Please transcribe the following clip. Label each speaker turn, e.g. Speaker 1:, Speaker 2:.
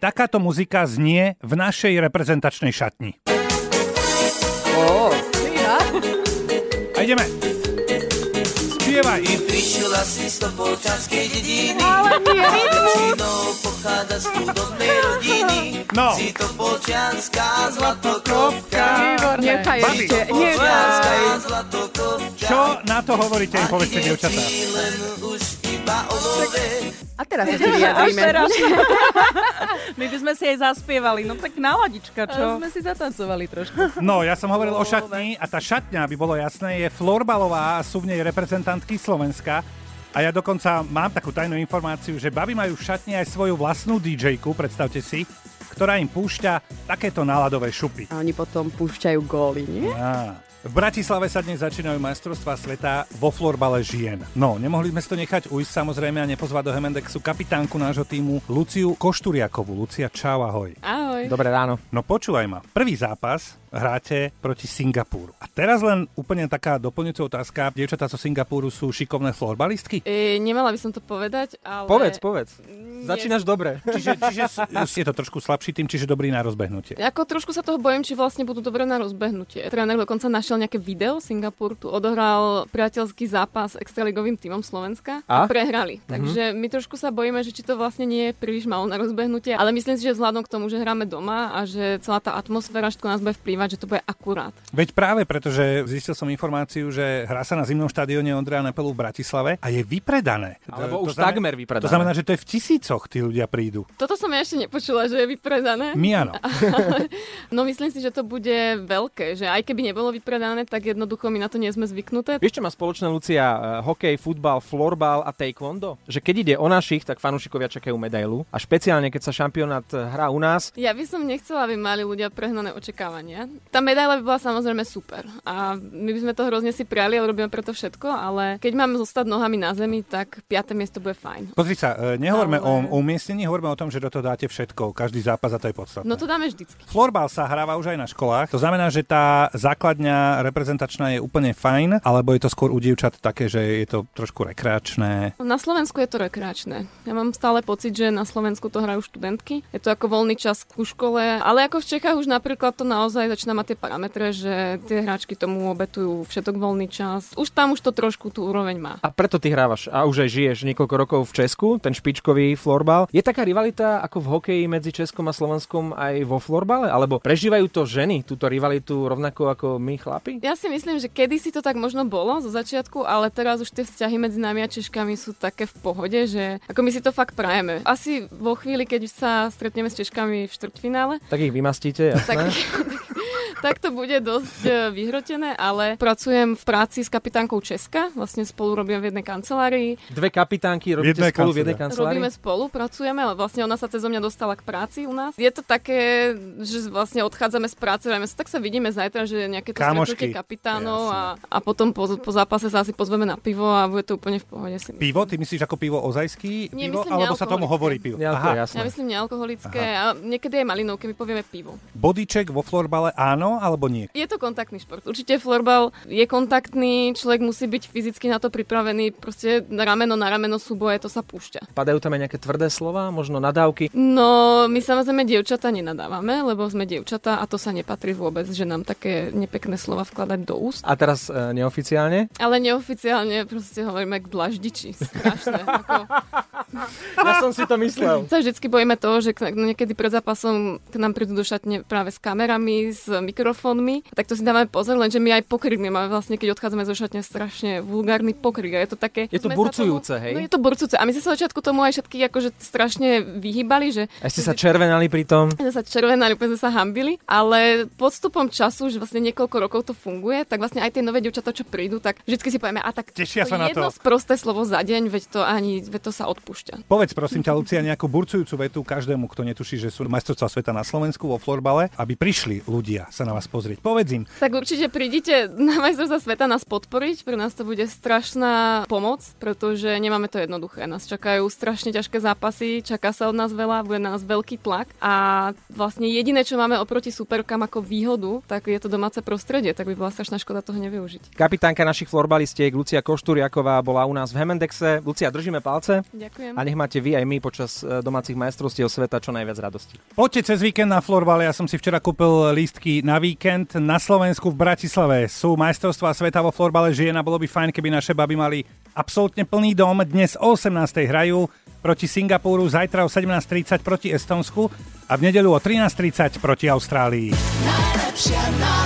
Speaker 1: Takáto muzika znie v našej reprezentačnej šatni.
Speaker 2: Ó,
Speaker 1: A ideme. Spievaj.
Speaker 3: Vyšila si z tobolčanskej dediny,
Speaker 2: ale nie rytmus.
Speaker 3: no pochádza z chudobnej rodiny.
Speaker 1: No.
Speaker 3: Si tobolčanská zlatokopka,
Speaker 2: Výborné. Nechaj
Speaker 1: Babi.
Speaker 2: ešte, nechaj.
Speaker 3: tobolčanská zlatokopka.
Speaker 1: Čo na to hovoríte, im povedzte, dievčatá?
Speaker 3: Si len už iba olove,
Speaker 2: A teraz sa ti
Speaker 4: Až
Speaker 2: vyjadríme.
Speaker 4: teraz. My by sme si aj zaspievali, no tak náladička,
Speaker 2: Ale
Speaker 4: čo?
Speaker 2: sme si zatancovali trošku.
Speaker 1: No, ja som hovoril o šatni a tá šatňa, aby bolo jasné, je florbalová a sú v nej reprezentantky Slovenska. A ja dokonca mám takú tajnú informáciu, že baby majú v šatni aj svoju vlastnú DJ-ku, predstavte si, ktorá im púšťa takéto náladové šupy.
Speaker 2: A oni potom púšťajú góly, nie?
Speaker 1: Á. V Bratislave sa dnes začínajú majstrovstvá sveta vo florbale žien. No, nemohli sme si to nechať ujsť samozrejme a nepozvať do Hemendexu kapitánku nášho týmu Luciu Košturiakovú. Lucia, čau, ahoj.
Speaker 2: Ahoj.
Speaker 5: Dobré ráno.
Speaker 1: No počúvaj ma, prvý zápas hráte proti Singapúru. A teraz len úplne taká doplňujúca otázka. Dievčatá zo Singapúru sú šikovné florbalistky?
Speaker 6: E, nemala by som to povedať, ale...
Speaker 5: Povedz, povedz.
Speaker 6: Nie.
Speaker 5: Začínaš dobre.
Speaker 1: Čiže, čiže s- je to trošku slabší tým, čiže dobrý na rozbehnutie.
Speaker 6: Ako trošku sa toho bojím, či vlastne budú dobre na rozbehnutie. E, Tréner dokonca našiel nejaké video, Singapur tu odohral priateľský zápas s extraligovým tímom Slovenska a,
Speaker 5: A?
Speaker 6: prehrali. Takže my trošku sa bojíme, že či to vlastne nie je príliš malo na rozbehnutie, ale myslím si, že vzhľadom k tomu, že hráme doma a že celá tá atmosféra všetko nás bude vplývať, že to bude akurát.
Speaker 1: Veď práve preto, že zistil som informáciu, že hrá sa na zimnom štadióne Ondreja Nepelu v Bratislave a je vypredané.
Speaker 5: Alebo
Speaker 1: To- to
Speaker 5: už
Speaker 1: znamená-
Speaker 5: takmer vypredané.
Speaker 1: To znamená, že to je v tisícoch, tí ľudia prídu.
Speaker 6: Toto som ja ešte nepočula, že je vypredané.
Speaker 1: My áno.
Speaker 6: No myslím si, že to bude veľké, že aj keby nebolo vypredané, tak jednoducho my na to nie sme zvyknuté.
Speaker 5: Vieš, čo má spoločné Lucia? Eh, Hokej, futbal, florbal a taekwondo? Že keď ide o našich, tak fanúšikovia čakajú medailu. A špeciálne, keď sa šampionát eh, hrá u nás,
Speaker 6: Ja by som nechcela, aby mali ľudia prehnané očakávania. Tá medaila by bola samozrejme super a my by sme to hrozne si priali a robíme preto všetko, ale keď máme zostať nohami na zemi, tak 5. miesto bude fajn.
Speaker 1: Pozri sa, e, nehovorme
Speaker 6: Ale-
Speaker 1: o, o umiestnení, hovoríme o tom, že do toho dáte všetko, každý zápas a to je podstatné.
Speaker 6: No to dáme vždycky.
Speaker 1: Florbal sa hráva už aj na školách, to znamená, že tá základňa reprezentačná je úplne fajn, alebo je to skôr u dievčat také, že je to trošku rekreačné.
Speaker 6: Na Slovensku je to rekreačné. Ja mám stále pocit, že na Slovensku to hrajú študentky. Je to ako voľný čas ku škole, ale ako v Čechách už napríklad to naozaj začína mať tie parametre, že tie hráčky tomu obetujú všetok voľný čas. Už tam už to trošku tú úroveň má.
Speaker 5: a preto ty hrávaš a už aj žiješ niekoľko rokov v Česku, ten špičkový florbal. Je taká rivalita ako v hokeji medzi Českom a Slovenskom aj vo florbale? Alebo prežívajú to ženy, túto rivalitu rovnako ako my chlapi?
Speaker 6: Ja si myslím, že kedysi to tak možno bolo zo začiatku, ale teraz už tie vzťahy medzi nami a Češkami sú také v pohode, že ako my si to fakt prajeme. Asi vo chvíli, keď sa stretneme s Češkami v štvrtfinále,
Speaker 5: Tak ich vymastíte,
Speaker 6: tak,
Speaker 5: jasné?
Speaker 6: tak to bude dosť e, vyhrotené, ale pracujem v práci s kapitánkou Česka, vlastne spolu robím v jednej kancelárii,
Speaker 5: Dve kapitánky
Speaker 1: V
Speaker 5: robíte
Speaker 1: jednej
Speaker 5: spolu v jednej kancelárii?
Speaker 6: robíme spolu, pracujeme, ale vlastne ona sa cez mňa dostala k práci u nás. Je to také, že vlastne odchádzame z práce, vieme sa, tak sa vidíme zajtra, že nejaké to
Speaker 1: Kámošky.
Speaker 6: stretnutie kapitánov a, a, potom po, po, zápase sa asi pozveme na pivo a bude to úplne v pohode. Si myslím.
Speaker 1: Pivo, ty myslíš ako pivo ozajský?
Speaker 6: Nie,
Speaker 1: pivo,
Speaker 6: myslím
Speaker 1: alebo sa tomu
Speaker 6: nealkoholické.
Speaker 1: hovorí pivo?
Speaker 5: Ja, to je jasné.
Speaker 6: Ja myslím nealkoholické a niekedy aj malinou, keď my povieme pivo.
Speaker 1: Bodyček vo florbale áno alebo nie?
Speaker 6: Je to kontaktný šport. Určite florbal je kontaktný, človek musí byť fyzicky na to pripravený, proste rameno na rameno súboje, to sa púšťa.
Speaker 5: Padajú tam aj nejaké tvrdé slova, možno nadávky.
Speaker 6: No, my samozrejme dievčata nenadávame, lebo sme dievčata a to sa nepatrí vôbec, že nám také nepekné slova vkladať do úst.
Speaker 5: A teraz e, neoficiálne.
Speaker 6: Ale neoficiálne proste hovoríme k dlaždiči. Strašné. Ako...
Speaker 5: Ja som si to myslel.
Speaker 6: Sa vždycky bojíme toho, že k- niekedy pred zápasom k nám prídu do šatne práve s kamerami, s mikrofónmi. Tak to si dávame pozor, lenže my aj pokrik my máme vlastne, keď odchádzame zo šatne, strašne vulgárny pokrik. A je to také...
Speaker 5: Je to
Speaker 6: sme sa
Speaker 5: burcujúce,
Speaker 6: tomu,
Speaker 5: hej?
Speaker 6: No je to burcujúce. A my sme sa začiatku tomu aj všetky akože strašne vyhýbali, že
Speaker 5: A ste sa červenali pri tom.
Speaker 6: sme sa červenali, úplne sme sa hambili, ale podstupom času, že vlastne niekoľko rokov to funguje, tak vlastne aj tie nové dievčatá, čo prídu, tak vždycky si povieme, a tak
Speaker 1: Tešia
Speaker 6: to
Speaker 1: sa na
Speaker 6: jedno
Speaker 1: to.
Speaker 6: sprosté slovo za deň, veď to ani, veď to sa odpúšťa.
Speaker 1: Povedz prosím ťa, Lucia, nejakú burcujúcu vetu každému, kto netuší, že sú majstrovstvá sveta na Slovensku vo florbale, aby prišli ľudia sa sa na vás pozrieť? Povedz im.
Speaker 6: Tak určite prídite na majstrovstvá sveta nás podporiť, pre nás to bude strašná pomoc, pretože nemáme to jednoduché. Nás čakajú strašne ťažké zápasy, čaká sa od nás veľa, bude na nás veľký tlak a vlastne jediné, čo máme oproti superkám ako výhodu, tak je to domáce prostredie, tak by bola strašná škoda toho nevyužiť.
Speaker 5: Kapitánka našich florbalistiek Lucia Košturiaková bola u nás v Hemendexe. Lucia, držíme palce
Speaker 6: Ďakujem.
Speaker 5: a nech máte vy aj my počas e, domácich majstrovstiev sveta čo najviac radosti.
Speaker 1: Poďte cez víkend na florbal, ja som si včera kúpil lístky na víkend. Na Slovensku v Bratislave sú majstrovstvá sveta vo florbale žien a bolo by fajn, keby naše baby mali absolútne plný dom. Dnes o 18.00 hrajú proti Singapúru, zajtra o 17.30 proti Estonsku a v nedelu o 13.30 proti Austrálii.
Speaker 7: najlepšia, najlepšia.